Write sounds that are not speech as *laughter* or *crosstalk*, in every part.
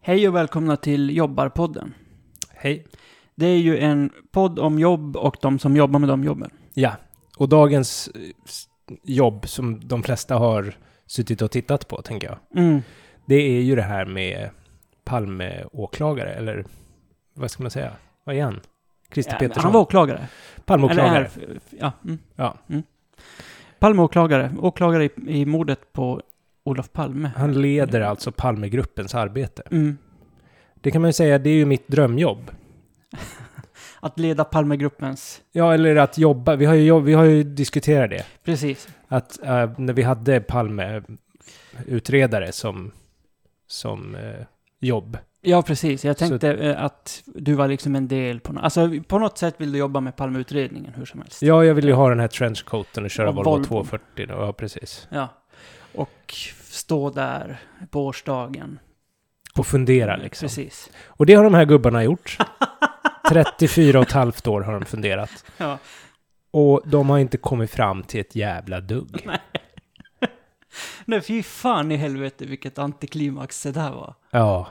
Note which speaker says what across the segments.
Speaker 1: Hej och välkomna till Jobbarpodden.
Speaker 2: Hej.
Speaker 1: Det är ju en podd om jobb och de som jobbar med de jobben.
Speaker 2: Ja, och dagens eh, s- jobb som de flesta har suttit och tittat på, tänker jag.
Speaker 1: Mm.
Speaker 2: Det är ju det här med Palmeåklagare, eller vad ska man säga? Vad är han? Christer
Speaker 1: Ja,
Speaker 2: Petersson?
Speaker 1: Eh, han var åklagare.
Speaker 2: Palmeåklagare.
Speaker 1: Eller är, ja. Mm.
Speaker 2: Ja.
Speaker 1: Mm. Palme åklagare. Åklagare i, i mordet på Olof Palme.
Speaker 2: Han leder alltså Palmegruppens arbete.
Speaker 1: Mm.
Speaker 2: Det kan man ju säga, det är ju mitt drömjobb.
Speaker 1: Att leda Palmegruppens...
Speaker 2: Ja, eller att jobba. Vi har ju, jobb, vi har ju diskuterat det.
Speaker 1: Precis.
Speaker 2: Att eh, när vi hade Palme-utredare som, som eh, jobb.
Speaker 1: Ja, precis. Jag tänkte eh, att du var liksom en del på något... Alltså, på något sätt vill du jobba med Palmeutredningen hur som helst.
Speaker 2: Ja, jag vill ju ha den här trenchcoaten och köra
Speaker 1: Och
Speaker 2: Volvo,
Speaker 1: Volvo.
Speaker 2: 240. Då. Ja, precis.
Speaker 1: Ja. Och stå där på årsdagen.
Speaker 2: Och fundera liksom.
Speaker 1: Mm, Precis.
Speaker 2: Och det har de här
Speaker 1: *laughs*
Speaker 2: gubbarna gjort. 34 och ett halvt år har de funderat.
Speaker 1: Ja.
Speaker 2: Och de har inte kommit fram till ett jävla dugg.
Speaker 1: Nej, fy fan i helvete vilket antiklimax det där var.
Speaker 2: Ja.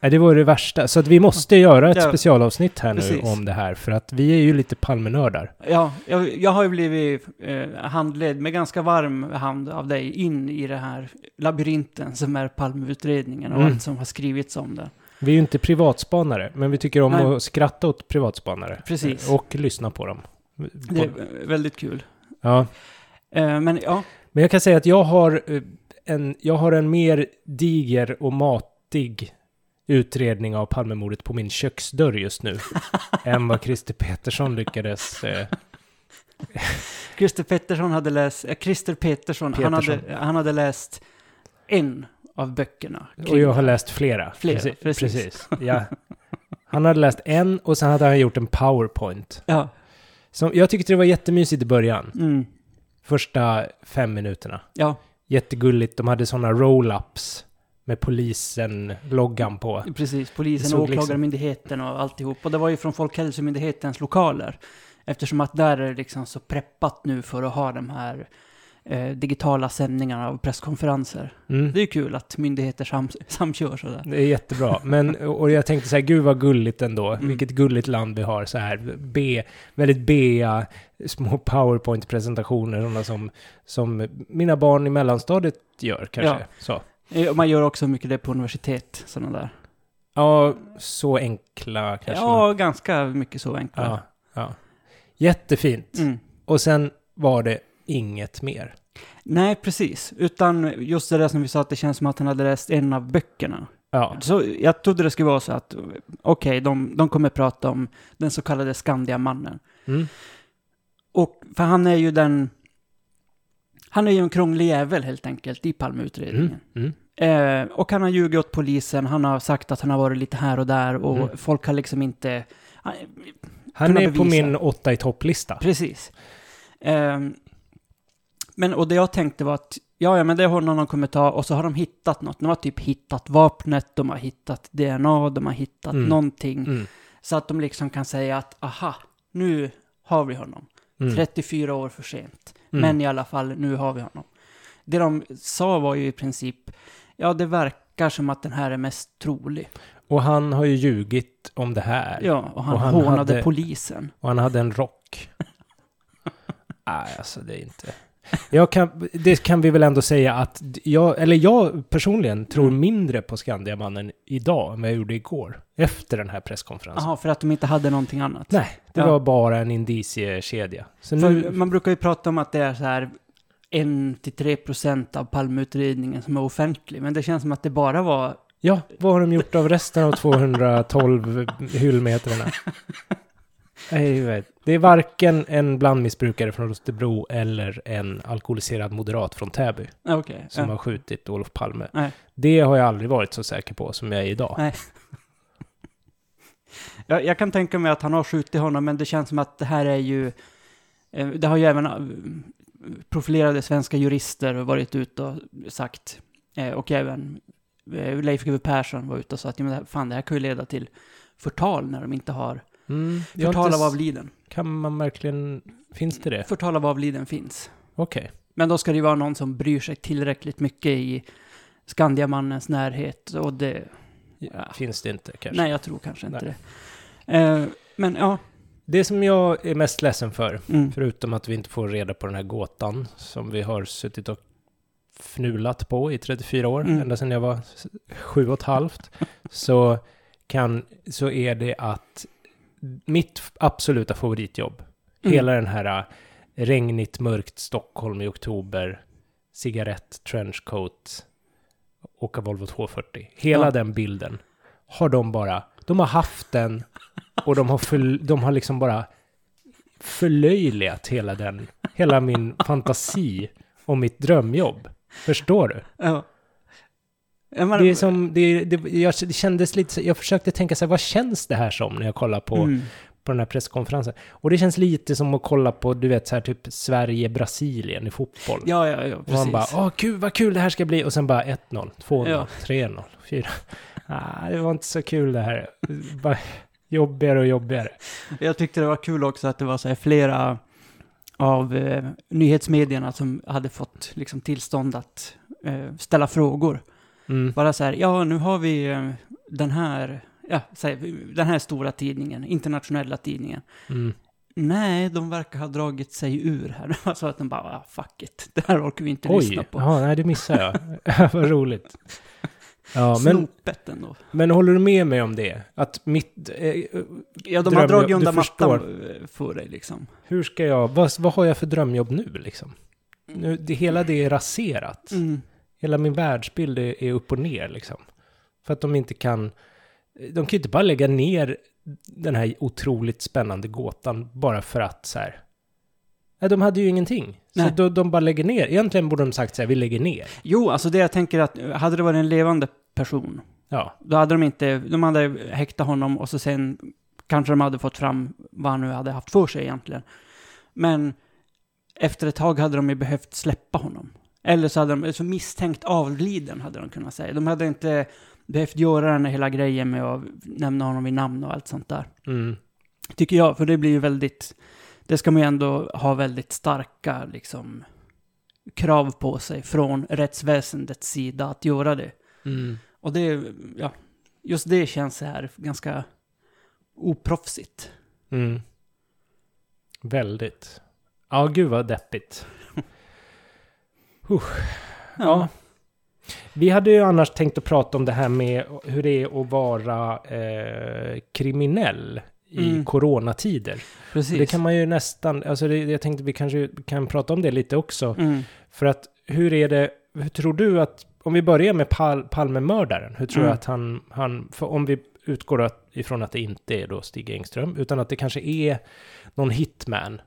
Speaker 2: Nej, Det var det värsta. Så att vi måste göra ett
Speaker 1: Ja.
Speaker 2: specialavsnitt här nu
Speaker 1: Precis.
Speaker 2: om det här. För att vi är ju lite Palmenördar.
Speaker 1: Ja, jag, jag har ju blivit eh, handledd med ganska varm hand av dig in i det här labyrinten som är Palmeutredningen och
Speaker 2: Mm.
Speaker 1: allt som har skrivits om den.
Speaker 2: Vi är ju inte privatspanare, men vi tycker om
Speaker 1: Nej.
Speaker 2: att skratta åt privatspanare.
Speaker 1: Precis.
Speaker 2: Och lyssna på dem.
Speaker 1: Det är eh, väldigt kul.
Speaker 2: Ja.
Speaker 1: Eh, men ja,
Speaker 2: Men jag kan säga att jag har eh, en, jag har en mer diger och matig utredning av Palmemordet på min köksdörr
Speaker 1: *laughs*
Speaker 2: just nu än vad Christer Petersson lyckades. Eh,
Speaker 1: Christer Pettersson hade läst, eh, Christer Petersson, Han,
Speaker 2: Petersson.
Speaker 1: hade, han hade läst en av böckerna.
Speaker 2: och jag har läst flera.
Speaker 1: Flera,
Speaker 2: Preci-
Speaker 1: precis.
Speaker 2: Ja. Han hade läst en och sen hade han gjort en powerpoint.
Speaker 1: Ja,
Speaker 2: Som, jag tyckte det var jättemysigt i början,
Speaker 1: mm,
Speaker 2: första fem minuterna.
Speaker 1: ja,
Speaker 2: Jättegulligt, de hade sådana roll-ups med polisen-loggan på.
Speaker 1: precis.
Speaker 2: Det
Speaker 1: Polisen,
Speaker 2: såg liksom-
Speaker 1: åklagarmyndigheten och alltihop. Och det var ju från Folkhälsomyndighetens lokaler. Eftersom att där är det liksom så preppat nu för att ha de här eh, digitala sändningarna av presskonferenser.
Speaker 2: Mm.
Speaker 1: Det är ju kul att myndigheter sam samkör sådär.
Speaker 2: Det är jättebra. Men, och jag tänkte så här, gud vad gulligt ändå.
Speaker 1: Mm.
Speaker 2: Vilket gulligt land vi har så här. B, väldigt bea, små powerpoint-presentationer. Sådana som, som mina barn i mellanstadiet gör kanske.
Speaker 1: Ja.
Speaker 2: Ja, så.
Speaker 1: Eh, och Man gör också mycket det på universitet, sådana där.
Speaker 2: Ja, så enkla kanske. man-
Speaker 1: Ja, ganska mycket så enkla.
Speaker 2: ja, ja. Jättefint.
Speaker 1: Mm.
Speaker 2: Och sen var det inget mer.
Speaker 1: Nej, precis. Utan just det där som vi sa, att det känns som att han hade läst en av böckerna.
Speaker 2: Ja,
Speaker 1: Så jag trodde det skulle vara så att, okej, de, de kommer prata om den så kallade Skandiamannen.
Speaker 2: mm.
Speaker 1: Och, för han är ju den... Han är ju en krånglig jävel helt enkelt i
Speaker 2: Mm.
Speaker 1: Palmeutredningen.
Speaker 2: Mm.
Speaker 1: Eh, och han har ljugit åt polisen, han har sagt att han har varit lite här och där och
Speaker 2: Mm.
Speaker 1: folk har liksom inte...
Speaker 2: Han
Speaker 1: Kunna
Speaker 2: är på
Speaker 1: bevisa.
Speaker 2: min åtta i topplista.
Speaker 1: Precis. Ehm, men, och det jag tänkte var att, ja, ja, men det har någon kommer ta, och så har de hittat något. De har typ hittat vapnet, de har hittat DNA, de har hittat
Speaker 2: Mm.
Speaker 1: någonting.
Speaker 2: Mm.
Speaker 1: Så att de liksom kan säga att, aha, nu har vi honom.
Speaker 2: Mm.
Speaker 1: 34 år för sent.
Speaker 2: Mm.
Speaker 1: Men i alla fall, nu har vi honom. Det de sa var ju i princip, ja, det verkar som att den här är mest trolig.
Speaker 2: Och han har ju ljugit om det här.
Speaker 1: Ja, och han,
Speaker 2: Och han
Speaker 1: hånade
Speaker 2: hade-
Speaker 1: polisen.
Speaker 2: Och han hade en
Speaker 1: *laughs*
Speaker 2: rock. Nej, alltså det är inte... Jag kan, det kan vi väl ändå säga att jag, eller jag personligen tror
Speaker 1: Mm.
Speaker 2: mindre på Skandiamannen idag än vad jag gjorde igår. Efter den här presskonferensen.
Speaker 1: Jaha, för att de inte hade någonting annat.
Speaker 2: Alltså. Nej, det
Speaker 1: Ja.
Speaker 2: var bara en indiciekedja. Så
Speaker 1: För
Speaker 2: nu...
Speaker 1: man brukar ju prata om att det är så här 1-3% av palmutredningen som är offentlig, men det känns som att det bara var...
Speaker 2: Ja, vad har de gjort av resten av 212
Speaker 1: *laughs*
Speaker 2: hyllmetrarna? Nej, jag vet. Det är varken en blandmissbrukare från Rostebro eller en alkoholiserad moderat från Täby.
Speaker 1: Ja, Okej.
Speaker 2: som
Speaker 1: Ja.
Speaker 2: har skjutit Olof Palme.
Speaker 1: Nej.
Speaker 2: Det har jag aldrig varit så säker på som jag är idag.
Speaker 1: Nej. Jag, jag kan tänka mig att han har skjutit honom, men det känns som att det här är ju... eh, Det har ju även eh, profilerade svenska jurister varit ute och sagt, eh, och även eh, Leif GW Persson var ute och sa att "Ja, men det här- fan, det här kan ju leda till förtal när de inte har...
Speaker 2: Mm, jag har
Speaker 1: Förtal
Speaker 2: inte
Speaker 1: av Mm.
Speaker 2: s-
Speaker 1: avliden.
Speaker 2: Kan man verkligen... Finns det det?
Speaker 1: Förtal av avliden finns.
Speaker 2: Okej.
Speaker 1: Men då ska det ju vara någon som bryr sig tillräckligt mycket i Skandiamannens närhet och det... Ja.
Speaker 2: finns det inte kanske.
Speaker 1: Nej, jag tror kanske inte det. Eh, men ja,
Speaker 2: Det som jag är mest ledsen för,
Speaker 1: mm.
Speaker 2: förutom att vi inte får reda på den här gåtan som vi har suttit och fnulat på i 34 år,
Speaker 1: Mm.
Speaker 2: ända sedan jag var s- sju och
Speaker 1: *laughs*
Speaker 2: ett halvt, så, kan, så är det att mitt f- absoluta favoritjobb,
Speaker 1: Mm.
Speaker 2: hela den här äh, regnigt mörkt Stockholm i oktober, cigarett, trenchcoat, åka Volvo 240, hela
Speaker 1: Ja.
Speaker 2: den bilden har de bara, de har haft den och de har, för, de har liksom bara förlöjligat hela den, hela min fantasi om mitt drömjobb. Förstår du?
Speaker 1: ja. Ja, men-
Speaker 2: Det är som, det, det, jag det kändes lite, så- jag försökte tänka så här, vad känns det här som när jag kollar på,
Speaker 1: Mm.
Speaker 2: på den här presskonferensen? Och det känns lite som att kolla på, du vet, så här typ Sverige-Brasilien i fotboll.
Speaker 1: Ja, ja, ja,
Speaker 2: och man
Speaker 1: precis.
Speaker 2: bara, åh gud vad kul det här ska bli, och sen bara 1-0, 2-0,
Speaker 1: Ja.
Speaker 2: 3-0, 4 Ah, det var inte så kul det här. Bara jobbigare och jobbigare.
Speaker 1: Jag tyckte det var kul också att det var så här flera av eh, nyhetsmedierna som hade fått liksom, tillstånd att eh, ställa frågor.
Speaker 2: Mm.
Speaker 1: Bara så här, ja nu har vi eh, den här, ja, så här, den här stora tidningen, internationella tidningen.
Speaker 2: Mm.
Speaker 1: Nej, de verkar ha dragit sig ur här. *laughs* Alltså att de bara, ah, fuck it, det här orkar vi inte lyssna
Speaker 2: Oj,
Speaker 1: på.
Speaker 2: ja, nej det missade jag. *laughs* Vad roligt. Ja, men,
Speaker 1: Snopet ändå.
Speaker 2: men håller du med mig om det? Att mitt... Eh,
Speaker 1: Ja, de har
Speaker 2: drömjobb,
Speaker 1: dragit
Speaker 2: du
Speaker 1: undan mattan
Speaker 2: förstår.
Speaker 1: eh, för dig liksom.
Speaker 2: hur ska jag... Vad, vad har jag för drömjobb nu liksom? Nu, det, hela det är raserat.
Speaker 1: Mm.
Speaker 2: Hela min världsbild är, är upp och ner liksom. För att de inte kan... De kan ju inte bara lägga ner den här otroligt spännande gåtan bara för att så här... Nej, de hade ju ingenting. Så
Speaker 1: Nej.
Speaker 2: då, de bara lägger ner. Egentligen borde de sagt så här, vi lägger ner.
Speaker 1: Jo, alltså det jag tänker att, eh, hade det varit en levande person,
Speaker 2: Ja,
Speaker 1: då hade de inte, de hade häktat honom och så sen kanske de hade fått fram vad han nu hade haft för sig egentligen. Men efter ett tag hade de ju behövt släppa honom. Eller så hade de, eller så misstänkt avliden hade de kunnat säga. De hade inte behövt göra den här hela grejen med att nämna honom vid namn och allt sånt där.
Speaker 2: mm,
Speaker 1: Tycker jag, för det blir ju väldigt, det ska man ju ändå ha väldigt starka liksom krav på sig från rättsväsendets sida att göra det.
Speaker 2: mm.
Speaker 1: Och det, ja, just det känns så här ganska oproffsigt.
Speaker 2: Mm. Väldigt. Ja, gud vad deppigt. Ja. Vi hade ju annars tänkt att prata om det här med hur det är att vara eh, kriminell i
Speaker 1: Mm.
Speaker 2: coronatider.
Speaker 1: precis.
Speaker 2: Det kan man ju nästan, alltså det, jag tänkte vi kanske kan prata om det lite också.
Speaker 1: mm.
Speaker 2: För att hur är det, hur tror du att, om vi börjar med Pal, Palmemördaren, hur tror du
Speaker 1: Mm.
Speaker 2: att han, han för om vi utgår att- ifrån att det inte är då Stig Engström, utan att det kanske är någon hitman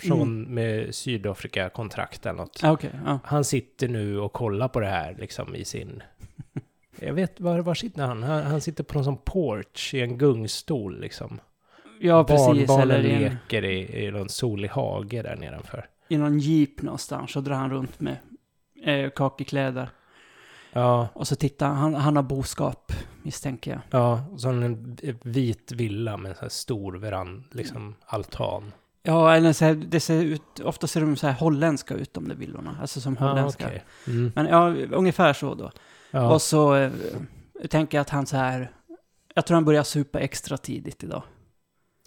Speaker 2: från
Speaker 1: Mm.
Speaker 2: med Sydafrika-kontrakt eller något.
Speaker 1: Ja, Okej, ja.
Speaker 2: Han sitter nu och kollar på det här liksom
Speaker 1: *laughs*
Speaker 2: i sin... Jag vet, var, var sitter han? han? Han sitter på någon sån porch i en gungstol liksom.
Speaker 1: ja precis.
Speaker 2: Barnbarnen
Speaker 1: eller i, en,
Speaker 2: leker i, i någon solig hage där nedanför.
Speaker 1: i någon jeep någonstans så drar han runt med eh, kakekläder.
Speaker 2: Ja,
Speaker 1: Och så tittar han, han, han har boskap misstänker jag.
Speaker 2: Ja, och så har den en eh, vit villa med en sån här stor verand, liksom altan.
Speaker 1: Ja, eller så här, det ser ut, ofta ser de så här holländska ut de där villorna. Alltså som
Speaker 2: Ja,
Speaker 1: holländska.
Speaker 2: Ah, okej. Mm.
Speaker 1: Men ja, ungefär så då.
Speaker 2: Ja,
Speaker 1: Och så eh, tänker jag att han så här, jag tror han börjar supa extra tidigt idag.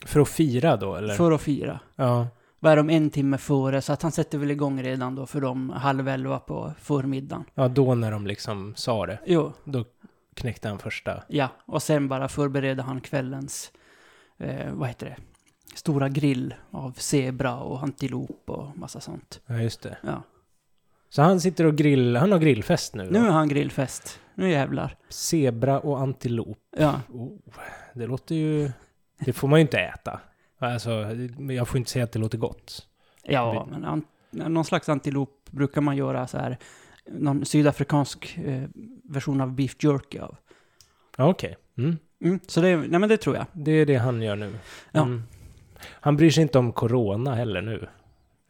Speaker 2: för att fira då, eller?
Speaker 1: För att fira.
Speaker 2: Ja,
Speaker 1: vad är de, en timme före, så att han sätter väl igång redan då för dem halv elva på förmiddagen.
Speaker 2: ja, då när de liksom sa det,
Speaker 1: Jo,
Speaker 2: då knäckte han första.
Speaker 1: ja, och sen bara förbereder han kvällens, eh, vad heter det, stora grill av zebra och antilop och massa sånt.
Speaker 2: Ja, just det.
Speaker 1: Ja.
Speaker 2: Så han sitter och grill, han har grillfest nu
Speaker 1: Nu
Speaker 2: då.
Speaker 1: har han grillfest, nu jävlar.
Speaker 2: Zebra och antilop.
Speaker 1: Ja,
Speaker 2: Oh, det låter ju... Det får man ju inte äta. Alltså, men jag får inte säga att det låter gott.
Speaker 1: ja men an, någon slags antilop brukar man göra så här, någon sydafrikansk eh, version av beef jerky av.
Speaker 2: Ja, okej. Mm.
Speaker 1: Mm, så det, nej men det tror jag.
Speaker 2: Det är det han gör nu.
Speaker 1: Ja.
Speaker 2: Mm. Han bryr sig inte om corona heller nu.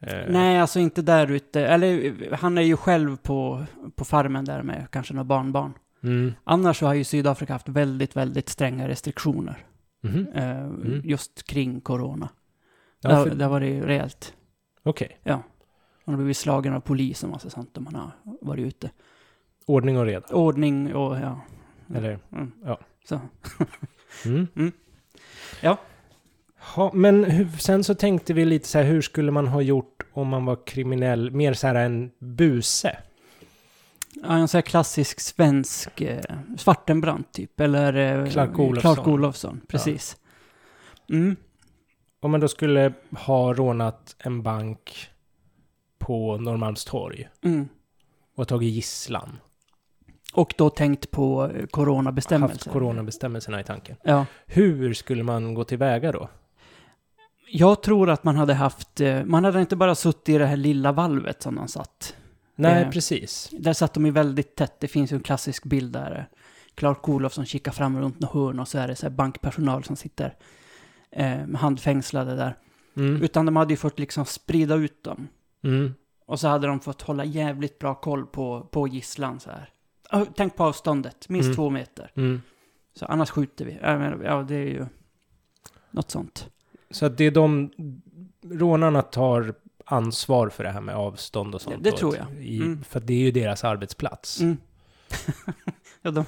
Speaker 2: Eh,
Speaker 1: Nej, alltså inte där ute. Eller eh, han är ju själv på, på farmen där med kanske några barnbarn.
Speaker 2: Mm.
Speaker 1: Annars så har ju Sydafrika haft väldigt, väldigt stränga restriktioner
Speaker 2: Mhm.
Speaker 1: eh, just kring corona.
Speaker 2: Ja,
Speaker 1: där,
Speaker 2: för-
Speaker 1: där var det ju rejält.
Speaker 2: Okej.
Speaker 1: Man har blivit slagen av polis och massa sånt om man har varit ute.
Speaker 2: Ordning och reda.
Speaker 1: Ordning och ja,
Speaker 2: Eller,
Speaker 1: mm.
Speaker 2: ja.
Speaker 1: Så.
Speaker 2: Mm.
Speaker 1: Mm. Ja.
Speaker 2: Ha, men hur, sen så tänkte vi lite så här, hur skulle man ha gjort om man var kriminell? Mer så här en buse.
Speaker 1: Ja, en sån här klassisk svensk eh, Svartenbrandt typ, eller eh,
Speaker 2: Clark Olofsson.
Speaker 1: Clark Olofsson, precis. Mm.
Speaker 2: Om man då skulle ha rånat en bank på Norrmalmstorg
Speaker 1: Mm.
Speaker 2: och tagit gisslan.
Speaker 1: Och då tänkt på eh,
Speaker 2: Haft
Speaker 1: coronabestämmelser.
Speaker 2: coronabestämmelserna i tanken.
Speaker 1: ja.
Speaker 2: Hur skulle man gå tillväga då?
Speaker 1: Jag tror att man hade haft, eh, man hade inte bara suttit i det här lilla valvet som de satt.
Speaker 2: Nej,
Speaker 1: Eh.
Speaker 2: precis.
Speaker 1: Där satt de ju väldigt tätt, det finns ju en klassisk bild där eh, Clark Olofsson kikar fram runt något hörn och så är det så här bankpersonal som sitter eh, med handfängslade där.
Speaker 2: Mm.
Speaker 1: Utan de hade ju fått liksom sprida ut dem.
Speaker 2: Mm.
Speaker 1: Och så hade de fått hålla jävligt bra koll på, på gisslan så här. Ja, Tänk på avståndet, minst
Speaker 2: Mm.
Speaker 1: två meter.
Speaker 2: Mm.
Speaker 1: Så annars skjuter vi. Ja, men, ja, det är ju något sånt.
Speaker 2: Så att det är de rånarna tar ansvar för det här med avstånd och sånt.
Speaker 1: Det
Speaker 2: då,
Speaker 1: tror jag.
Speaker 2: I,
Speaker 1: Mm.
Speaker 2: För att det är ju deras arbetsplats.
Speaker 1: Mm. *laughs* ja, de,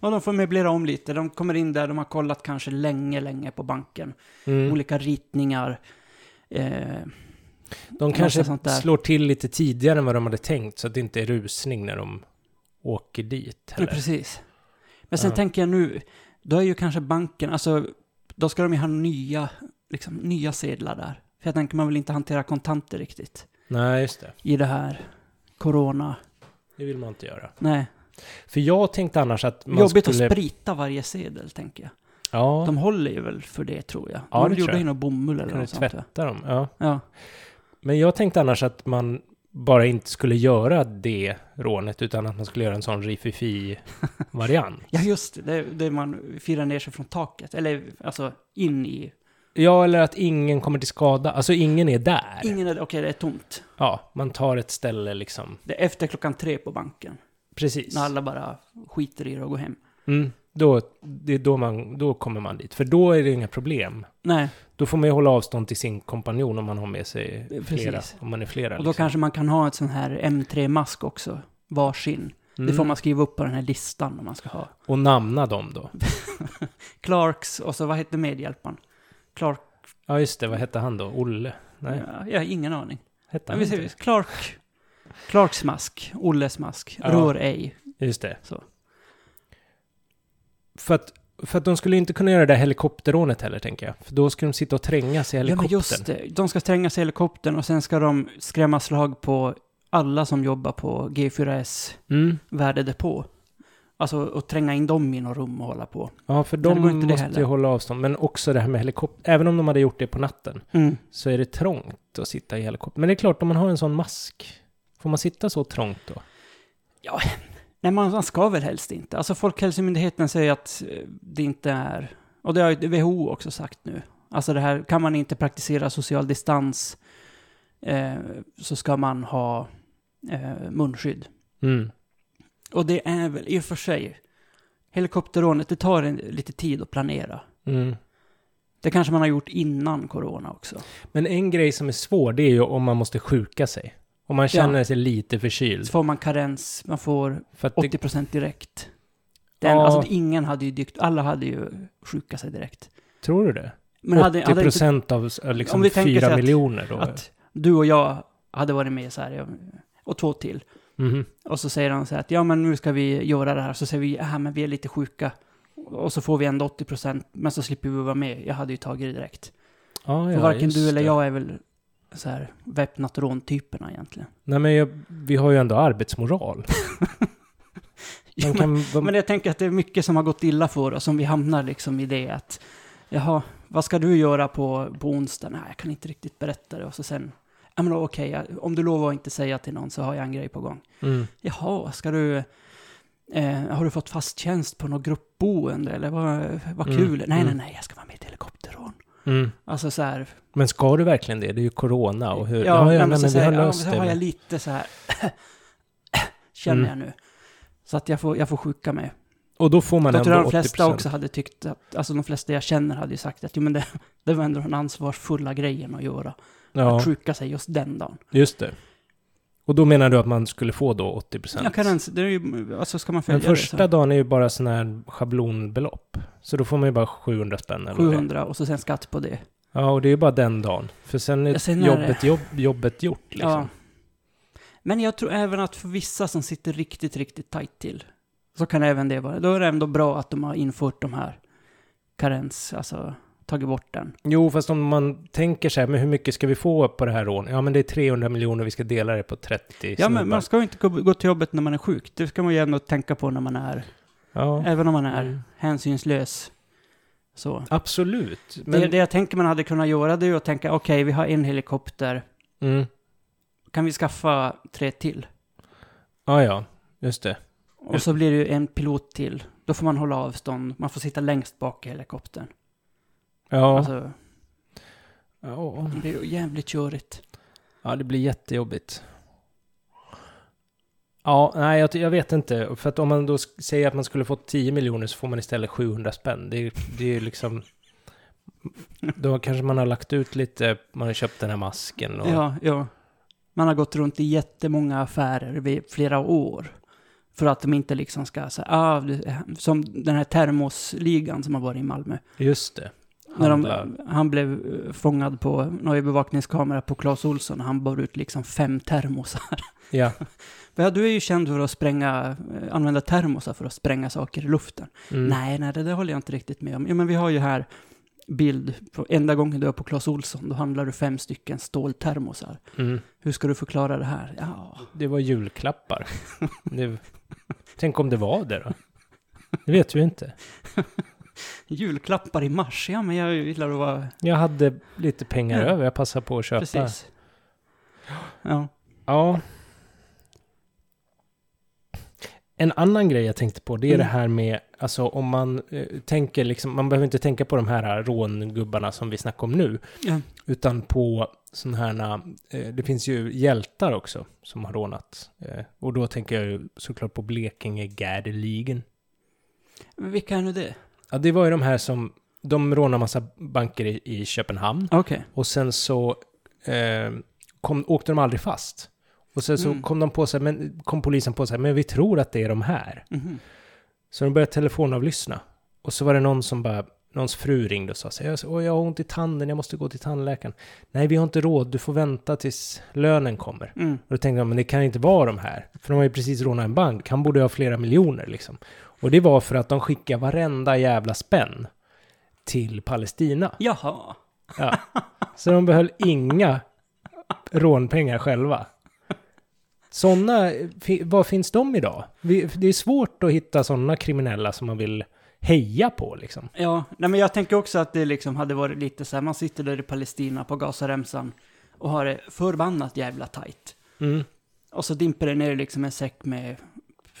Speaker 1: ja, de får möblera om lite. De kommer in där, de har kollat kanske länge, länge på banken.
Speaker 2: Mm.
Speaker 1: Olika ritningar. Eh,
Speaker 2: De kanske
Speaker 1: sånt där.
Speaker 2: slår till lite tidigare än vad de hade tänkt så att det inte är rusning när de åker dit.
Speaker 1: Ja,
Speaker 2: Heller.
Speaker 1: precis. Men sen
Speaker 2: Ja.
Speaker 1: tänker jag nu, då är ju kanske banken, alltså då ska de ju ha nya, liksom, nya sedlar där. För jag tänker man vill inte hantera kontanter riktigt
Speaker 2: Nej, just det.
Speaker 1: i det här corona.
Speaker 2: Det vill man inte göra.
Speaker 1: Nej,
Speaker 2: För jag tänkte annars att man
Speaker 1: jobbigt
Speaker 2: skulle...
Speaker 1: att sprita varje sedel tänker jag.
Speaker 2: Ja,
Speaker 1: De håller ju väl för det tror jag. de
Speaker 2: Ja, det tror
Speaker 1: gjorde
Speaker 2: jag.
Speaker 1: ju någon bomull eller
Speaker 2: kunde
Speaker 1: något sånt. va?
Speaker 2: tvätta dem. Ja.
Speaker 1: Ja.
Speaker 2: Men jag tänkte annars att man bara inte skulle göra det rånet utan att man skulle göra en sån rififi-variant.
Speaker 1: *laughs* ja, just det. Det är det man firar ner sig från taket. Eller alltså in i.
Speaker 2: ja, eller att ingen kommer till skada. Alltså ingen är där.
Speaker 1: Ingen är, okej det är tomt.
Speaker 2: Ja, man tar ett ställe liksom.
Speaker 1: Det är efter klockan tre på banken.
Speaker 2: Precis.
Speaker 1: När alla bara skiter i det och går hem.
Speaker 2: Mm, då, det är då, man, då kommer man dit. För då är det inga problem.
Speaker 1: Nej.
Speaker 2: Då får man ju hålla avstånd till sin kompanjon om man har med sig
Speaker 1: Precis.
Speaker 2: flera. Om man är flera.
Speaker 1: Och då
Speaker 2: liksom.
Speaker 1: kanske man kan ha ett sån här M3-mask också, varsin. Det
Speaker 2: Mm.
Speaker 1: får man skriva upp på den här listan om man ska ha.
Speaker 2: Och namna dem då.
Speaker 1: Clarks, och så vad hette medhjälparen? Clark?
Speaker 2: Ja, just det. Vad hette han då? Olle? Nej,
Speaker 1: Ja, jag har ingen aning.
Speaker 2: hette
Speaker 1: Men
Speaker 2: han
Speaker 1: vi säger
Speaker 2: inte?
Speaker 1: Clark. Clarks mask, Olles mask,
Speaker 2: Ja.
Speaker 1: rör ej.
Speaker 2: Just det.
Speaker 1: Så.
Speaker 2: För att, för att de skulle inte kunna göra det där helikopterrånet heller, tänker jag. För då skulle de sitta och trängas i
Speaker 1: Ja,
Speaker 2: helikoptern.
Speaker 1: men just det. De ska strängas i helikoptern och sen ska de skrämma slag på alla som jobbar på G4S
Speaker 2: Mm.
Speaker 1: värdedepå. Alltså, och tränga in dem i något rum och hålla på.
Speaker 2: Ja, för
Speaker 1: det
Speaker 2: de
Speaker 1: går inte det
Speaker 2: måste
Speaker 1: heller.
Speaker 2: ju hålla avstånd. Men också det här med helikopter. Även om de hade gjort det på natten.
Speaker 1: Mm.
Speaker 2: så är det trångt att sitta i helikopter. Men det är klart, om man har en sån mask, får man sitta så trångt då?
Speaker 1: Nej, man, man ska väl helst inte. Alltså Folkhälsomyndigheten säger att eh, det inte är... Och det har ju WHO också sagt nu. Alltså det här, kan man inte praktisera social distans eh, så ska man ha eh, munskydd.
Speaker 2: Mm.
Speaker 1: Och det är väl i och för sig... Helikopterrånet, det tar en, lite tid att planera.
Speaker 2: Mm.
Speaker 1: Det kanske man har gjort innan corona också.
Speaker 2: Men en grej som är svår, det är ju om man måste sjuka sig. Om man känner sig lite förkyld.
Speaker 1: Så får man karens, man får
Speaker 2: För att det,
Speaker 1: 80% direkt. Den,
Speaker 2: Ja.
Speaker 1: alltså, ingen hade ju dykt, alla hade ju sjuka sig direkt.
Speaker 2: tror du det?
Speaker 1: Men
Speaker 2: 80
Speaker 1: hade, hade inte
Speaker 2: procent av eh, liksom
Speaker 1: Om vi tänker sig
Speaker 2: 4
Speaker 1: att-
Speaker 2: miljoner då?
Speaker 1: att du och jag hade varit med så här, ja, och två till.
Speaker 2: Mhm.
Speaker 1: Och så säger han så här att ja men nu ska vi göra det här. Så säger vi, ja men vi är lite sjuka. Och så får vi ändå 80 procent, men så slipper vi vara med. Jag hade ju tagit det direkt.
Speaker 2: Ja,
Speaker 1: För
Speaker 2: ja,
Speaker 1: varken
Speaker 2: just
Speaker 1: du eller
Speaker 2: det.
Speaker 1: jag är väl så här väpnat råntyperna egentligen.
Speaker 2: Nej, men jag, vi har ju ändå arbetsmoral.
Speaker 1: *laughs* Jo,
Speaker 2: Man kan, vad-
Speaker 1: Men jag tänker att det är mycket som har gått illa för oss, som vi hamnar liksom i det att, jaha, vad ska du göra på, på onsdag? Nej, jag kan inte riktigt berätta det. Och så sen, ja men okej, jag- om du lovar att inte säga till någon så har jag en grej på gång.
Speaker 2: mm.
Speaker 1: Jaha, ska du... Eh, har du fått fast tjänst på något gruppboende eller vad, vad
Speaker 2: Mm,
Speaker 1: kul? Nej, nej,
Speaker 2: mm.
Speaker 1: nej, jag ska vara med i ett helikopterrån.
Speaker 2: Mm.
Speaker 1: Alltså så här...
Speaker 2: Men ska du verkligen det? Det är ju corona och hur...
Speaker 1: nej, men så
Speaker 2: men vi
Speaker 1: säger
Speaker 2: har
Speaker 1: jag, ja, men
Speaker 2: löst
Speaker 1: så
Speaker 2: det.
Speaker 1: har jag
Speaker 2: men-
Speaker 1: lite så här... *clears throat* känner
Speaker 2: Mm.
Speaker 1: jag nu. Så att jag får, jag får sjuka mig.
Speaker 2: Och då får man
Speaker 1: Jag
Speaker 2: ändå
Speaker 1: tror de
Speaker 2: 80
Speaker 1: flesta också hade tyckt att, alltså de flesta jag känner hade ju sagt att jo men det, det var ändå den ansvarsfulla grejen att göra.
Speaker 2: Ja,
Speaker 1: Att sjuka sig just den dagen.
Speaker 2: just det. Och då menar du att man skulle få då 80 procent?
Speaker 1: Ja, karens, det är ju, alltså ska man följa
Speaker 2: Den första
Speaker 1: det
Speaker 2: dagen är ju bara sån här schablonbelopp. Så då får man ju bara 700 spänn eller
Speaker 1: så.
Speaker 2: vad det är.
Speaker 1: 700 och så sen skatt på det. liksom.
Speaker 2: Ja, och det är ju bara den dagen. För sen är
Speaker 1: Ja, sen är
Speaker 2: jobbet, jobb, jobbet gjort liksom.
Speaker 1: Ja. Men jag tror även att för vissa som sitter riktigt, riktigt tajt till så kan även det vara. Då är det ändå bra att de har infört de här karens, alltså tagit bort den.
Speaker 2: Jo, fast om man tänker så här, men hur mycket ska vi få på det här året? Ja, men det är 300 miljoner, vi ska dela det på 30
Speaker 1: Ja, men
Speaker 2: snubbar.
Speaker 1: man ska ju inte gå- gå till jobbet när man är sjuk. Det ska man ju ändå tänka på när man är,
Speaker 2: ja.
Speaker 1: även om man är
Speaker 2: Mm.
Speaker 1: hänsynslös. Så.
Speaker 2: Absolut. Men,
Speaker 1: Det, det jag tänker man hade kunnat göra det är ju att tänka, okej, vi har en helikopter,
Speaker 2: Mm.
Speaker 1: kan vi skaffa tre till?
Speaker 2: Ja, ja, just det.
Speaker 1: Och så blir det ju en pilot till. Då får man hålla avstånd, man får sitta längst bak i helikoptern.
Speaker 2: Ja.
Speaker 1: Alltså,
Speaker 2: ja.
Speaker 1: det är ju jävligt körigt.
Speaker 2: ja, det blir jättejobbigt. Ja, nej, jag, jag vet inte. För att om man då sk- säger att man skulle få 10 miljoner så får man istället 700 spänn. Det, är- det är ju liksom... Då kanske man har lagt ut lite, man har köpt den här masken och...
Speaker 1: Ja, ja. Man har gått runt i jättemånga affärer i flera år. För att de inte liksom ska säga, ah, det- som den här termosligan som har varit i Malmö.
Speaker 2: Just det.
Speaker 1: När
Speaker 2: Handlar.
Speaker 1: de, han blev eh, fångad på någon bevakningskamera på Clas Olsson och han bar ut liksom fem termosar. *laughs*
Speaker 2: Ja.
Speaker 1: För ja, du är ju känd för att spränga, eh, använda termosar för att spränga saker i luften.
Speaker 2: Mm.
Speaker 1: Nej, nej, det där håller jag inte riktigt med om. Jo, men vi har ju här bild på enda gången du är på Clas Olsson, då handlar du fem stycken ståltermosar.
Speaker 2: Mm.
Speaker 1: Hur ska du förklara det här? Ja,
Speaker 2: Det var julklappar. Det, tänk om det var det då? Det vet vi inte.
Speaker 1: julklappar i mars, ja men jag gillar att vara...
Speaker 2: Jag hade lite pengar
Speaker 1: Ja.
Speaker 2: över, jag passade på att köpa.
Speaker 1: Precis. Ja.
Speaker 2: Ja. En annan grej jag tänkte på, det är
Speaker 1: Mm.
Speaker 2: det här med, alltså om man eh, tänker liksom, man behöver inte tänka på de här rångubbarna som vi snackar om nu,
Speaker 1: ja.
Speaker 2: utan på sådana här, eh, det finns ju hjältar också som har rånat. Eh, och då tänker jag ju såklart på Blekinge Gärdeligen.
Speaker 1: Men Vilka är nu det?
Speaker 2: Ja, det var ju de här som, de rånade massa banker i, i Köpenhamn
Speaker 1: Okej.
Speaker 2: och sen så eh, kom, åkte de aldrig fast. Och sen så
Speaker 1: Mm.
Speaker 2: kom, de på sig, men, kom polisen på sig, men vi tror att det är de här.
Speaker 1: Mhm.
Speaker 2: Så de började telefonavlyssna. Och så var det någon som bara, någons fru ringde och sa så här, "Jag- åh, jag har ont i tanden, jag måste gå till tandläkaren. Nej, vi har inte råd, du får vänta tills lönen kommer.
Speaker 1: Mm.
Speaker 2: Och då tänkte jag, men det kan inte vara de här. För de har ju precis rånat en bank. Han borde ha flera miljoner liksom. Och det var för att de skickar varenda jävla spänn till Palestina.
Speaker 1: Jaha.
Speaker 2: Ja. Så de behöll inga rånpengar själva. Sådana, fi- vad finns de idag? Vi- Det är svårt att hitta sådana kriminella som man vill heja på liksom.
Speaker 1: Ja, nej men jag tänker också att det liksom hade varit lite så här, man sitter där i Palestina på Gazaremsan och har det förbannat jävla tajt.
Speaker 2: Mm.
Speaker 1: Och så dimper det ner liksom en säck med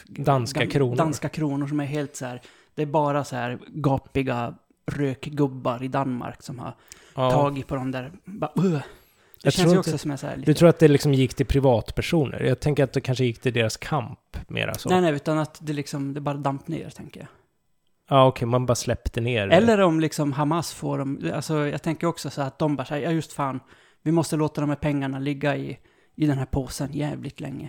Speaker 2: Danska
Speaker 1: dam-
Speaker 2: kronor.
Speaker 1: danska kronor som är helt så här, det är bara så här gapiga rökgubbar i Danmark som har
Speaker 2: Ja.
Speaker 1: tagit på de där, bara, "Ugh." det
Speaker 2: Jag
Speaker 1: känns
Speaker 2: tror
Speaker 1: ju
Speaker 2: inte-
Speaker 1: också som en så här lite,
Speaker 2: Du tror att det liksom gick till privatpersoner? Jag tänker att det kanske gick till deras kamp mera så.
Speaker 1: nej nej, utan att det liksom, det bara damp ner tänker jag.
Speaker 2: Ja, okej, man bara släppte ner det.
Speaker 1: Eller om liksom Hamas får dem, alltså jag tänker också så här att de bara säger, ja just fan, vi måste låta de här pengarna ligga i, i den här påsen jävligt länge.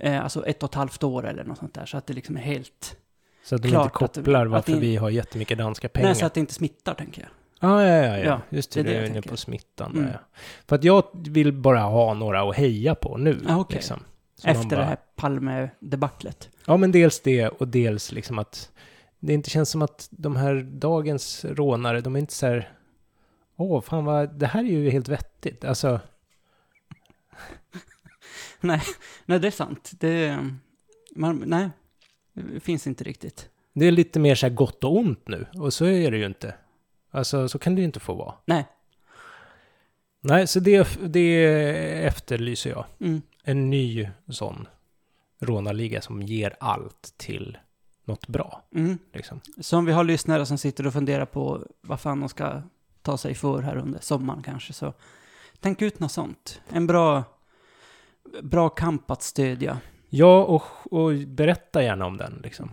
Speaker 1: Eh, alltså ett och ett halvt år eller något sånt där, så att det liksom är helt...
Speaker 2: Så att de
Speaker 1: klart
Speaker 2: inte
Speaker 1: att-
Speaker 2: kopplar
Speaker 1: att
Speaker 2: varför
Speaker 1: det-
Speaker 2: vi har jättemycket danska pengar.
Speaker 1: Nej, så att det inte smittar tänker jag.
Speaker 2: Ah, ja, ja, ja,
Speaker 1: Ja,
Speaker 2: Just
Speaker 1: det
Speaker 2: det,
Speaker 1: är
Speaker 2: du
Speaker 1: det
Speaker 2: är
Speaker 1: jag
Speaker 2: inne
Speaker 1: tänker.
Speaker 2: på smittan
Speaker 1: Mm.
Speaker 2: där, ja. För att jag vill bara ha några att heja på nu.
Speaker 1: Ah, okej.
Speaker 2: liksom. Så man
Speaker 1: Efter
Speaker 2: bara,
Speaker 1: det här Palme-debaclet.
Speaker 2: Ja, men dels det och dels liksom att det inte känns som att de här dagens rånare, de är inte så här... Åh, fan vad... Det här är ju helt vettigt. Alltså,
Speaker 1: Nej, det är sant. Det... Man, nej, det finns inte riktigt.
Speaker 2: det är lite mer så här gott och ont nu. Och så är det ju inte. Alltså, så kan det ju inte få vara.
Speaker 1: Nej.
Speaker 2: Nej, så det, det efterlyser jag.
Speaker 1: Mm.
Speaker 2: en ny sån rånarliga som ger allt till något bra.
Speaker 1: Mm.
Speaker 2: Liksom.
Speaker 1: Så om vi har lyssnare som sitter och funderar på vad fan de ska ta sig för här under sommaren kanske, så tänk ut något sånt. En bra, bra kamp att stödja.
Speaker 2: Ja, och, och berätta gärna om den liksom,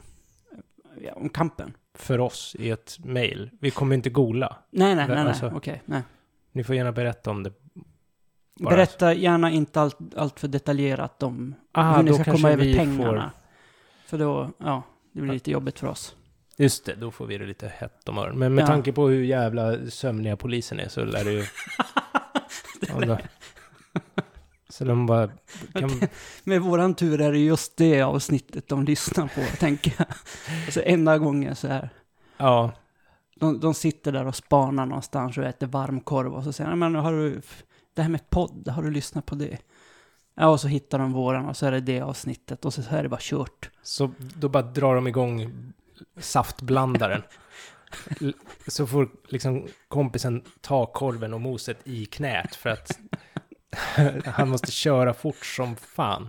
Speaker 1: Ja, om kampen.
Speaker 2: för oss i ett mejl. Vi kommer inte gola.
Speaker 1: Nej, nej,
Speaker 2: Men
Speaker 1: nej, nej,
Speaker 2: alltså-
Speaker 1: okej, nej.
Speaker 2: Ni får gärna berätta om det Bara.
Speaker 1: Berätta gärna inte allt, allt för detaljerat om
Speaker 2: Ah,
Speaker 1: hur ni
Speaker 2: då
Speaker 1: ska
Speaker 2: kanske
Speaker 1: komma över
Speaker 2: vi
Speaker 1: pengarna.
Speaker 2: får-
Speaker 1: För då, ja, det blir lite jobbigt för oss. *laughs*
Speaker 2: Just det, då får vi det lite hett om öronen. Men med
Speaker 1: Ja.
Speaker 2: tanke på hur jävla sömniga polisen är så lär
Speaker 1: *laughs*
Speaker 2: det ju... ja, då. Så de bara... Kan...
Speaker 1: Med våran tur är det just det avsnittet de lyssnar på, tänker jag. Alltså enda gången så här.
Speaker 2: Ja,
Speaker 1: De, de sitter där och spanar någonstans och äter varmkorv och så säger de, men har du, det här med podd, har du lyssnat på det? Ja, och så hittar de våran och så är det det avsnittet och så, så är det bara kört.
Speaker 2: Så då bara drar de igång *laughs* saftblandaren. L- Så får liksom kompisen ta korven och moset i knät för *laughs* att han måste köra fort som fan.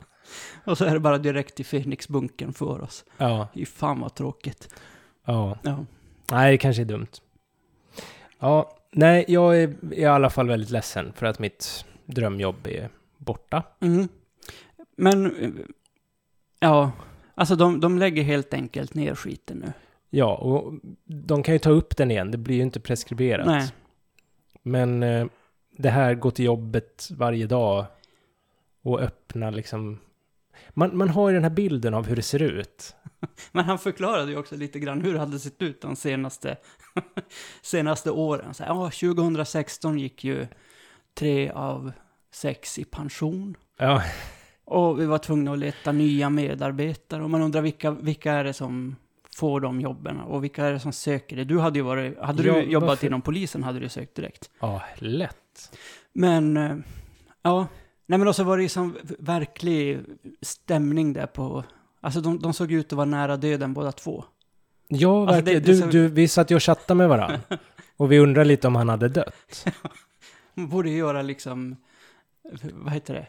Speaker 1: Och så är det bara direkt i Phoenix-bunkern för oss.
Speaker 2: Ja,
Speaker 1: Fy fan vad tråkigt.
Speaker 2: ja.
Speaker 1: Ja.
Speaker 2: Nej, det kanske är dumt. Ja, nej, jag är i alla fall väldigt ledsen för att mitt drömjobb är borta.
Speaker 1: Mm. Men, eh, ja, alltså de, de lägger helt enkelt ner skiten nu.
Speaker 2: Ja, och de kan ju ta upp den igen. Det blir ju inte preskriberat.
Speaker 1: Nej.
Speaker 2: Men eh, det här gå till jobbet varje dag och öppna liksom... Man, man har ju den här bilden av hur det ser ut.
Speaker 1: Men han förklarade ju också lite grann hur det hade sett ut de senaste, *laughs* senaste åren. Så här, ja, 2016 gick ju tre av sex i pension.
Speaker 2: Ja,
Speaker 1: Och vi var tvungna att leta nya medarbetare. Och man undrar vilka, vilka är det som får de jobben och vilka är det som söker det? Du hade ju varit, hade du
Speaker 2: Ja,
Speaker 1: jobbat
Speaker 2: varför-
Speaker 1: inom polisen hade du sökt direkt.
Speaker 2: ja lätt.
Speaker 1: Men, eh, ja. Nej men också var det ju som verklig stämning där på, alltså de, de såg ut att vara nära döden båda två.
Speaker 2: Ja,
Speaker 1: Alltså,
Speaker 2: verkligen.
Speaker 1: det- det ser-
Speaker 2: du, du, vi satt ju och chattade med *laughs* varandra. Och vi undrade lite om han hade dött.
Speaker 1: Man borde ju göra liksom, vad heter det,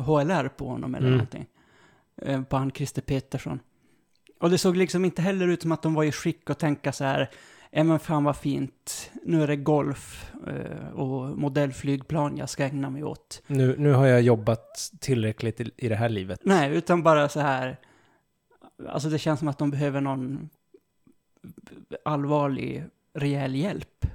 Speaker 1: HLR på honom eller
Speaker 2: Mm.
Speaker 1: någonting. Eh, På han Christer Petersson. Och det såg liksom inte heller ut som att de var i skick att tänka så här, ja men fan vad fint, nu är det golf eh, och modellflygplan jag ska ägna mig åt.
Speaker 2: Nu, nu har jag jobbat tillräckligt i, i det här livet.
Speaker 1: Nej, utan bara så här, alltså det känns som att de behöver någon allvarlig, rejäl hjälp.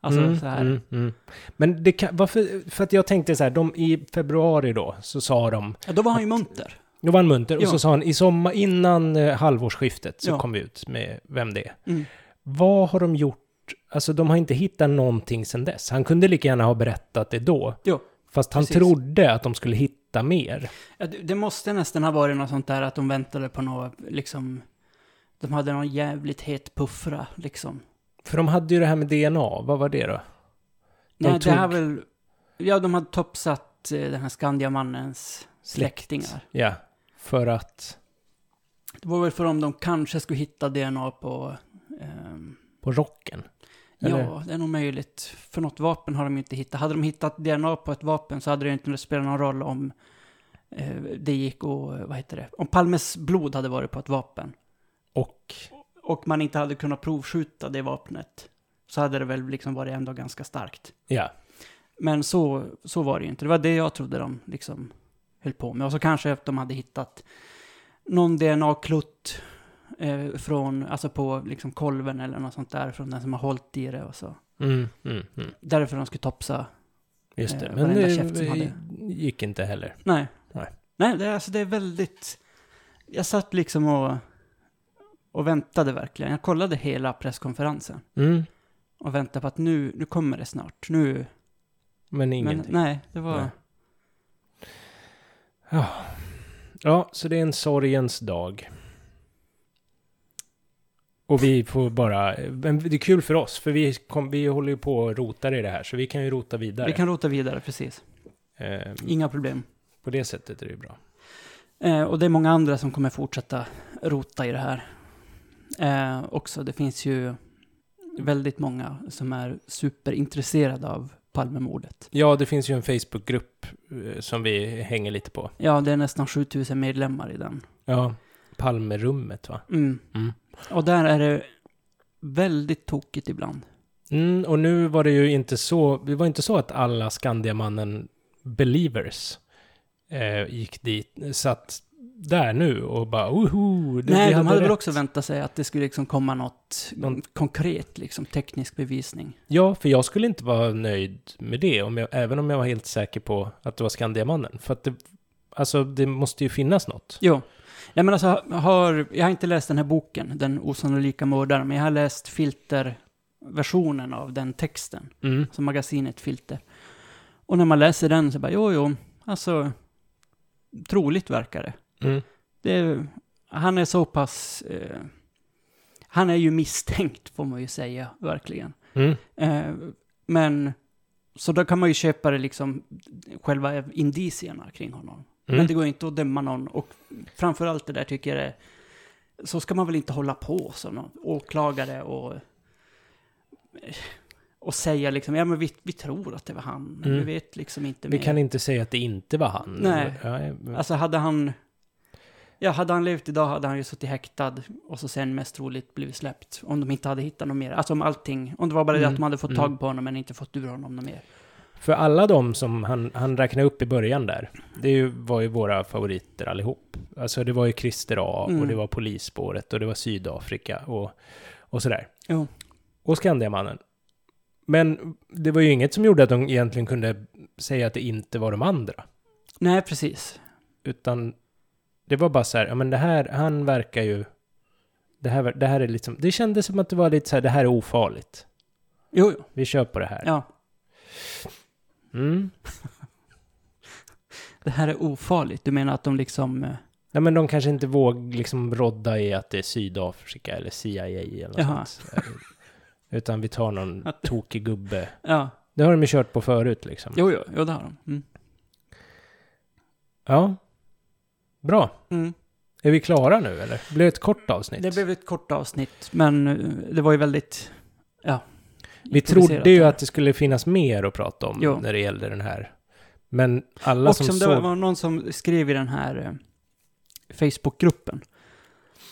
Speaker 1: Alltså
Speaker 2: Mm,
Speaker 1: så här,
Speaker 2: mm, mm. Men det kan, varför, för att jag tänkte så här, de i februari då, så sa de
Speaker 1: ja, då var han ju munter.
Speaker 2: Då var han munter och
Speaker 1: Ja.
Speaker 2: så sa han i sommar, innan eh, halvårsskiftet så
Speaker 1: Ja.
Speaker 2: kom vi ut med vem det är.
Speaker 1: Mm.
Speaker 2: Vad har de gjort? Alltså de har inte hittat någonting sedan dess. Han kunde lika gärna ha berättat det då.
Speaker 1: Jo.
Speaker 2: Fast han
Speaker 1: Precis.
Speaker 2: trodde att de skulle hitta mer.
Speaker 1: Ja, det, det måste nästan ha varit något sånt där att de väntade på något, liksom... De hade någon jävligt het puffra, liksom.
Speaker 2: För de hade ju det här med DNA, vad var det då? De
Speaker 1: Nej,
Speaker 2: tog
Speaker 1: det här väl... Ja, de hade topsat eh, den här Skandiamannens släktingar.
Speaker 2: Ja, för att
Speaker 1: Det var väl för om de kanske skulle hitta DNA på... ehm,
Speaker 2: på rocken.
Speaker 1: ja,
Speaker 2: Eller?
Speaker 1: det är nog möjligt. För något vapen har de inte hittat. Hade de hittat DNA på ett vapen så hade det inte spelat någon roll om eh, det gick och... Vad heter det? Om Palmes blod hade varit på ett vapen.
Speaker 2: Och
Speaker 1: och man inte hade kunnat provskjuta det vapnet så hade det väl liksom varit ändå ganska starkt.
Speaker 2: ja,
Speaker 1: Men så, så var det ju inte. Det var det jag trodde de liksom höll på med. Och så kanske att de hade hittat någon DNA-klutt eh, från, alltså på liksom kolven eller något sånt där från den som har hållit i det och så.
Speaker 2: mm, mm, mm.
Speaker 1: Därför de skulle topsa.
Speaker 2: just det.
Speaker 1: Eh,
Speaker 2: Men
Speaker 1: varenda
Speaker 2: det
Speaker 1: käft som hade-
Speaker 2: gick inte heller.
Speaker 1: Nej.
Speaker 2: Nej.
Speaker 1: Nej, det, är- alltså det är väldigt... Jag satt liksom och, och väntade verkligen. Jag kollade hela presskonferensen.
Speaker 2: Mm.
Speaker 1: och väntade på att nu, nu kommer det snart. Nu,
Speaker 2: Men
Speaker 1: men
Speaker 2: ingenting.
Speaker 1: nej, det var...
Speaker 2: Nej. Ja, så det är en sorgens dag. Och vi får bara... Men det är kul för oss, för vi, kom, vi håller ju på och rotar i det här, så vi kan ju rota vidare.
Speaker 1: Vi kan rota vidare, precis.
Speaker 2: Eh,
Speaker 1: Inga problem.
Speaker 2: på det sättet är det ju bra.
Speaker 1: Eh, och det är många andra som kommer fortsätta rota i det här. Eh, också, det finns ju väldigt många som är superintresserade av Palmemordet.
Speaker 2: Ja, det finns ju en Facebookgrupp eh, som vi hänger lite på.
Speaker 1: Ja, det är nästan 7000 medlemmar i den.
Speaker 2: Ja, Palmerummet va?
Speaker 1: Mm.
Speaker 2: Mm.
Speaker 1: Och där är det väldigt tokigt ibland.
Speaker 2: Mm, och nu var det ju inte så... Det var inte så att alla Skandiamannen believers eh, gick dit, satt där nu och bara woho! det-
Speaker 1: Nej,
Speaker 2: vi
Speaker 1: de hade väl
Speaker 2: rätt."
Speaker 1: också väntat sig att det skulle liksom komma något
Speaker 2: Någon-
Speaker 1: konkret, liksom teknisk bevisning.
Speaker 2: Ja, för jag skulle inte vara nöjd med det, om jag, även om jag var helt säker på att det var Skandiamannen. För att det, alltså, det måste ju finnas något.
Speaker 1: Jo. Jag menar alltså, jag har, jag har inte läst den här boken, Den osannolika mördaren, men jag har läst filterversionen av den texten,
Speaker 2: Mm.
Speaker 1: alltså magasinet Filter. Och när man läser den så bara, jo, jo, alltså, troligt verkar det.
Speaker 2: Mm.
Speaker 1: det är, han är så pass, eh, han är ju misstänkt får man ju säga, verkligen.
Speaker 2: Mm.
Speaker 1: Eh, men, så då kan man ju köpa det liksom, själva indicierna kring honom. Men
Speaker 2: Mm.
Speaker 1: det går inte att döma någon. Och framförallt det där tycker jag är... Så ska man väl inte hålla på som någon åklagare och... Och säga liksom, ja men vi, vi tror att det var han. men Vi
Speaker 2: Mm.
Speaker 1: vet liksom inte
Speaker 2: Vi
Speaker 1: mer.
Speaker 2: kan inte säga att det inte var han.
Speaker 1: Nej.
Speaker 2: Ja, jag-
Speaker 1: Alltså hade han... Ja, hade han levt idag hade han ju suttit häktad och så sen mest troligt blivit släppt. Om de inte hade hittat något mer. Alltså om allting. Om det var bara det
Speaker 2: Mm,
Speaker 1: att de hade fått
Speaker 2: mm.
Speaker 1: tag på honom men inte fått ur honom något mer.
Speaker 2: För alla de som han, han räknade upp i början där, det är ju- var ju våra favoriter allihop. Alltså det var ju Christer A
Speaker 1: Mm.
Speaker 2: och det var polisspåret och det var Sydafrika och, och sådär.
Speaker 1: Jo.
Speaker 2: Och Skandiamannen. Men det var ju inget som gjorde att de egentligen kunde säga att det inte var de andra.
Speaker 1: Nej, precis.
Speaker 2: Utan det var bara så här, ja men det här, han verkar ju... Det här, ver- det här är liksom, det kändes som att det var lite så här, det här är ofarligt.
Speaker 1: Jo, jo.
Speaker 2: Vi kör på det här.
Speaker 1: Ja.
Speaker 2: Mm.
Speaker 1: Det här är ofarligt. Du menar att de liksom... eh,
Speaker 2: Nej, men de kanske inte våg liksom rodda i att det är Sydafrika eller CIA eller något
Speaker 1: Jaha.
Speaker 2: sånt. Eh, Utan vi
Speaker 1: *laughs*
Speaker 2: tar någon tokig gubbe.
Speaker 1: Ja.
Speaker 2: Det har de ju kört på förut liksom.
Speaker 1: Jo, jo. Jo, det har de. Mm.
Speaker 2: Ja. Bra.
Speaker 1: Mm.
Speaker 2: Är vi klara nu eller? Det blev ett kort avsnitt.
Speaker 1: Det blev ett kort avsnitt, men eh, det var ju väldigt... Ja.
Speaker 2: Vi
Speaker 1: improviserat
Speaker 2: trodde ju
Speaker 1: där.
Speaker 2: att det skulle finnas mer att prata om
Speaker 1: Jo.
Speaker 2: när det gällde den här. Men alla
Speaker 1: Och
Speaker 2: som,
Speaker 1: som det
Speaker 2: såg...
Speaker 1: var någon som skrev i den här eh, Facebookgruppen.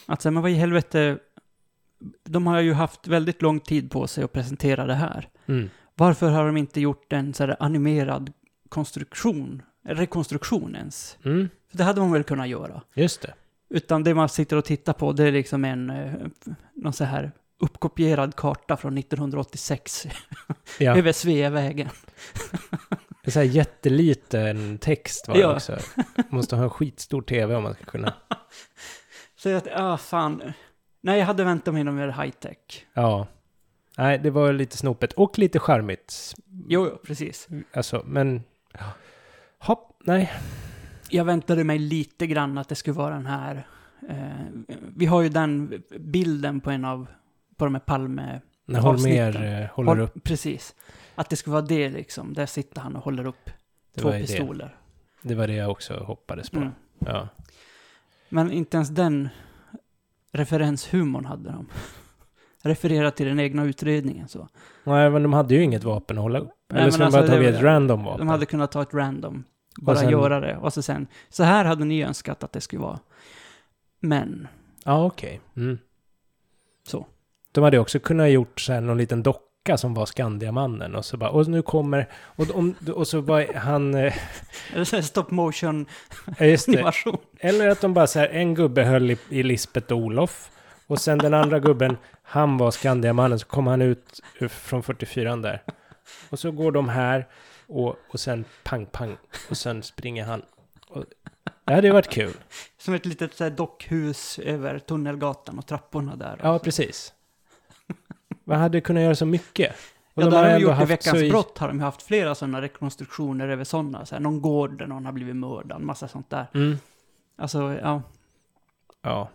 Speaker 1: Att säga, men vad i helvete, de har ju haft väldigt lång tid på sig att presentera det här.
Speaker 2: Mm.
Speaker 1: Varför har de inte gjort en så här animerad konstruktion, rekonstruktion ens?
Speaker 2: Mm.
Speaker 1: För det hade man väl kunnat göra.
Speaker 2: Just det.
Speaker 1: Utan det man sitter och tittar på, det är liksom en, eh, någon så här uppkopierad karta från 1986 *laughs*
Speaker 2: Ja.
Speaker 1: över Sveavägen.
Speaker 2: Det är så här jätteliten text var det
Speaker 1: Ja.
Speaker 2: också. Måste ha en skitstor tv om man ska kunna...
Speaker 1: Så jag, ja fan. Nej, jag hade väntat mig något mer high-tech.
Speaker 2: Ja. Nej, det var lite snopet och lite charmigt.
Speaker 1: Jo, jo, precis.
Speaker 2: Alltså, men... Hopp, nej.
Speaker 1: Jag väntade mig lite grann att det skulle vara den här. Eh, vi har ju den bilden på en av, på de här Palme...
Speaker 2: Nej, håll med
Speaker 1: Avsnitten.
Speaker 2: er, eh, håller upp.
Speaker 1: Precis. Att det skulle vara det liksom. Där sitter han och håller upp
Speaker 2: Det
Speaker 1: två
Speaker 2: var, ju det.
Speaker 1: pistoler.
Speaker 2: det var det jag också hoppades på.
Speaker 1: Mm.
Speaker 2: Ja.
Speaker 1: Men inte ens den referenshumorn hade de. *laughs* Referera till den egna utredningen så.
Speaker 2: Nej, men de hade ju inget vapen att hålla upp.
Speaker 1: Nej,
Speaker 2: Eller
Speaker 1: men
Speaker 2: så de
Speaker 1: alltså,
Speaker 2: bara
Speaker 1: det
Speaker 2: tagit
Speaker 1: var-
Speaker 2: ett random vapen.
Speaker 1: De hade kunnat ta ett random, bara
Speaker 2: sen-
Speaker 1: göra det. Och så sen, så här hade ni önskat att det skulle vara. Men, *laughs*
Speaker 2: Ja, okej. Mm.
Speaker 1: Så.
Speaker 2: De hade ju också kunnat gjort så här någon liten docka som var Skandiamannen och så bara, och nu kommer, och, om, och så var han, eh, *laughs*
Speaker 1: eller så här stop motion-animation.
Speaker 2: ja, just det, Eller att de bara så här, en gubbe höll i, i Lisbeth och Olof. Och sen den andra gubben, han var Skandiamannen, så kom han ut ur- från 44 där. Och så går de här och, och sen pang, pang. Och sen springer han. Och, det hade ju varit kul.
Speaker 1: Som ett litet så här dockhus över Tunnelgatan och trapporna där.
Speaker 2: Ja,
Speaker 1: Och så-
Speaker 2: precis. Man hade kunnat göra så mycket. Och
Speaker 1: Ja, där har de
Speaker 2: ändå
Speaker 1: gjort i
Speaker 2: haft
Speaker 1: Veckans
Speaker 2: så
Speaker 1: brott har de ju haft flera sådana rekonstruktioner över sådana. Så här, någon gård där någon har blivit mördad, massa sånt där.
Speaker 2: Mm.
Speaker 1: Alltså, ja,
Speaker 2: Ja.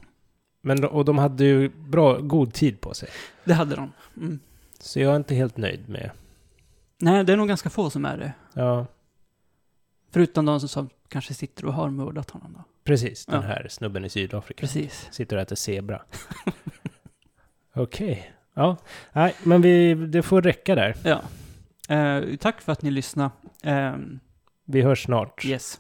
Speaker 2: Men, de- och de hade ju bra, god tid på sig.
Speaker 1: det hade de. Mm.
Speaker 2: Så jag är inte helt nöjd med...
Speaker 1: Nej, det är nog ganska få som är det.
Speaker 2: Ja,
Speaker 1: Förutom de som, som kanske sitter och har mördat honom då.
Speaker 2: precis. Den
Speaker 1: Ja.
Speaker 2: här snubben i Sydafrika.
Speaker 1: Precis.
Speaker 2: Sitter och äter zebra. *laughs* Okej. Ja. Nej, men vi, det får räcka där.
Speaker 1: Ja. Eh, tack för att ni lyssnade. Eh,
Speaker 2: Vi hörs snart.
Speaker 1: yes.